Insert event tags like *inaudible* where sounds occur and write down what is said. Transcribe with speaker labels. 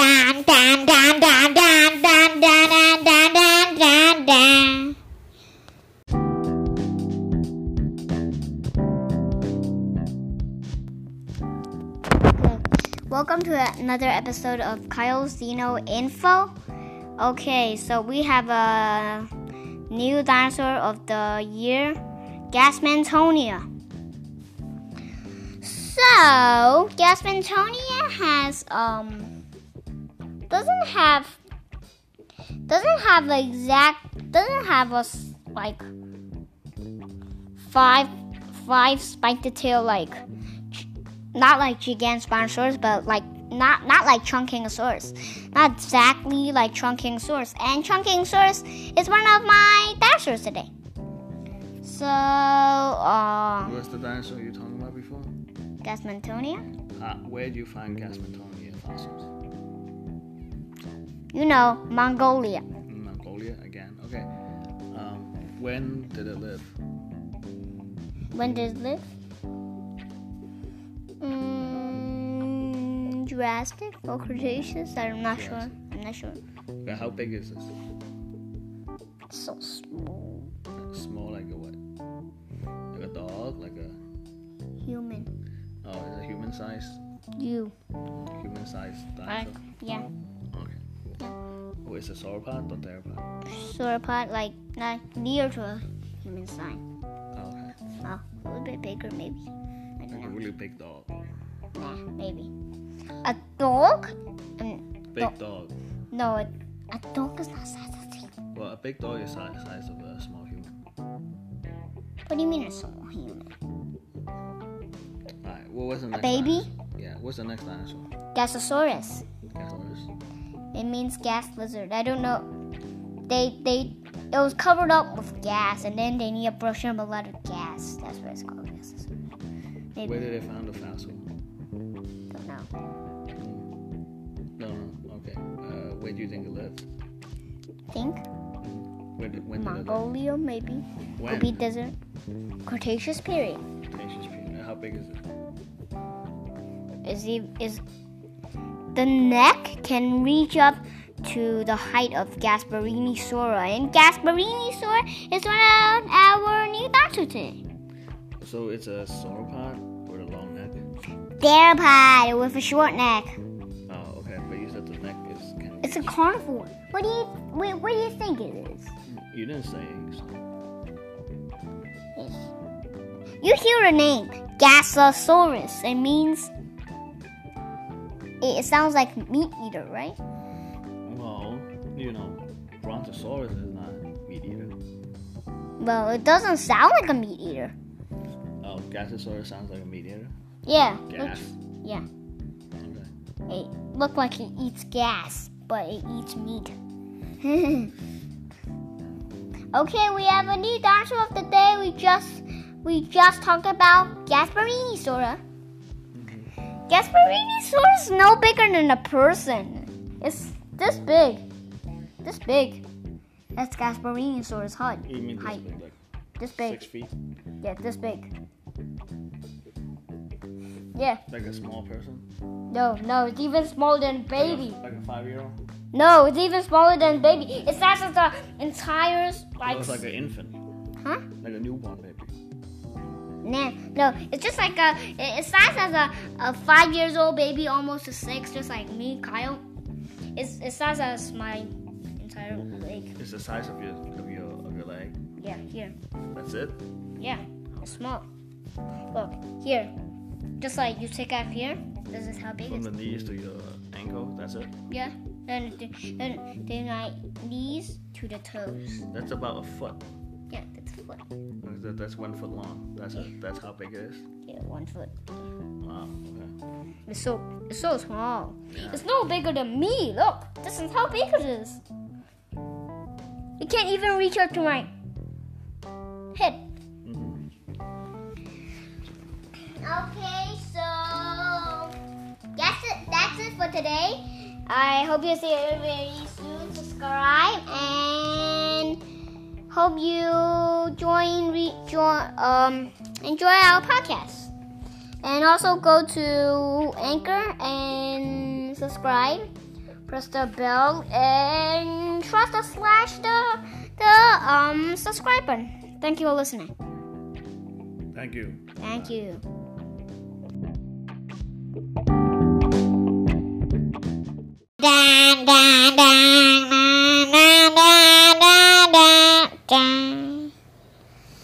Speaker 1: dun, dun, dun, dun, dun, dun, dun, dun, dun, dun, dun.
Speaker 2: Welcome to another episode of Kyle Zeno Info. Okay, so we have a new dinosaur of the year, Gasmantonia. So, Gasmantonia Oh, has um doesn't have doesn't have the exact doesn't have a s- like five five spiked tail like not like Gigantspinosaurus, but like not not like Trunkingosaurus, not exactly like Trunkingosaurus. And Trunkingosaurus is one of my dinosaurs today. So, um,
Speaker 3: What's the dinosaur you were talking about before?
Speaker 2: Gasmantonia,
Speaker 3: Uh, where do you find Gasmantonia fossils?
Speaker 2: you know, Mongolia.
Speaker 3: In Mongolia again. Okay. Um, when did it live?
Speaker 2: When did it live? Mm, Jurassic or Cretaceous? I'm not sure. I'm not sure.
Speaker 3: Okay, how big is this?
Speaker 2: So small.
Speaker 3: Like small, like a what? Like a dog? Like a
Speaker 2: Human.
Speaker 3: oh, is it human sized?
Speaker 2: You.
Speaker 3: Human sized
Speaker 2: Like,
Speaker 3: dinosaur.
Speaker 2: yeah.
Speaker 3: Okay. Cool. Oh, is it sauropod or theropod?
Speaker 2: sauropod, like not near to a human sign.
Speaker 3: Oh, okay.
Speaker 2: Well, a little bit bigger, maybe. I
Speaker 3: Like a
Speaker 2: don't know.
Speaker 3: really big dog.
Speaker 2: Nah, maybe. A dog? Um,
Speaker 3: Big dog.
Speaker 2: no, a, a dog is not size of thing.
Speaker 3: Well, a big dog is size size of a small human.
Speaker 2: What do you mean a small human?
Speaker 3: Alright. What was the next?
Speaker 2: baby?
Speaker 3: dinosaur? Yeah. What's the next dinosaur?
Speaker 2: Gasosaurus.
Speaker 3: Gasoliris?
Speaker 2: It means gas lizard. I don't know. They they it was covered up with gas, and then they need to brush up a lot of gas. That's what it's called. Gasosaurus. Maybe
Speaker 3: Where did they find the fossil?
Speaker 2: don't know.
Speaker 3: No, no. Okay. Uh, where do you think it lived?
Speaker 2: Think
Speaker 3: Where did, when
Speaker 2: Mongolia, maybe.
Speaker 3: did it live?
Speaker 2: Could
Speaker 3: When?
Speaker 2: be desert. Cretaceous period.
Speaker 3: Cretaceous period. How big is it?
Speaker 2: is he is the neck can reach up to the height of Gasparini Sora, and Gasparini Sora is one of our new dinosaurs today.
Speaker 3: So it's a sauropod with a long neck.
Speaker 2: Theropod with a short neck.
Speaker 3: Oh, okay. But you said the neck is. Can
Speaker 2: It's a carnivore. What do you wait, what do you think it is?
Speaker 3: you didn't say. So.
Speaker 2: You hear the name Gasosaurus. It means it, it sounds like meat eater, right?
Speaker 3: Well, you know, Brontosaurus is not meat eater.
Speaker 2: Well, it doesn't sound like a meat eater.
Speaker 3: Oh, Gasosaurus sounds like a meat eater.
Speaker 2: Yeah.
Speaker 3: Gas.
Speaker 2: looks- Yeah.
Speaker 3: Okay.
Speaker 2: It looked like it eats gas, but it eats meat. *laughs* okay, we have a new dinosaur of the day. We just we just talked about Gasparini Sora.
Speaker 3: Mm-hmm.
Speaker 2: Gasparini Sora is no bigger than a person. It's this big. This big. That's Gasparini Sora's height.
Speaker 3: You mean this
Speaker 2: height.
Speaker 3: big, like
Speaker 2: This big.
Speaker 3: six feet,
Speaker 2: Yeah, this big. Yeah.
Speaker 3: like a small person,
Speaker 2: No, no, it's even smaller than baby.
Speaker 3: like a five-year-old.
Speaker 2: No, it's even smaller than baby. It's size of the entire like.
Speaker 3: Looks like an infant,
Speaker 2: huh?
Speaker 3: like a newborn baby.
Speaker 2: Nah, no, it's just like a. it- It's size as a, a five years old baby, almost to six, just like me, Kyle. It's it's size as my entire leg.
Speaker 3: It's the size of your of your of your leg.
Speaker 2: Yeah, here,
Speaker 3: That's it.
Speaker 2: yeah, how small. Look here, just like you take out here. This is how big
Speaker 3: From
Speaker 2: it's.
Speaker 3: the knees to your ankle. That's it.
Speaker 2: Yeah, then th- then then my knees to the toes.
Speaker 3: That's about a foot.
Speaker 2: Yeah, that's a foot.
Speaker 3: That- That's one foot long. That's it. That's how big it is.
Speaker 2: Yeah, one foot.
Speaker 3: Wow. Okay.
Speaker 2: It's so it's so small. It's no bigger than me. Look, this is how big it is. It can't even reach up to my head. Okay, so that's it. That's it for today. I hope you see it very soon. Subscribe and hope you join. Re, join um enjoy our podcast. And also go to Anchor and subscribe. press the bell, and trust to slash the the um subscribe button. Thank you for listening.
Speaker 3: Thank you.
Speaker 2: Thank you.
Speaker 1: dun, dun, dun, dun, dun, dun.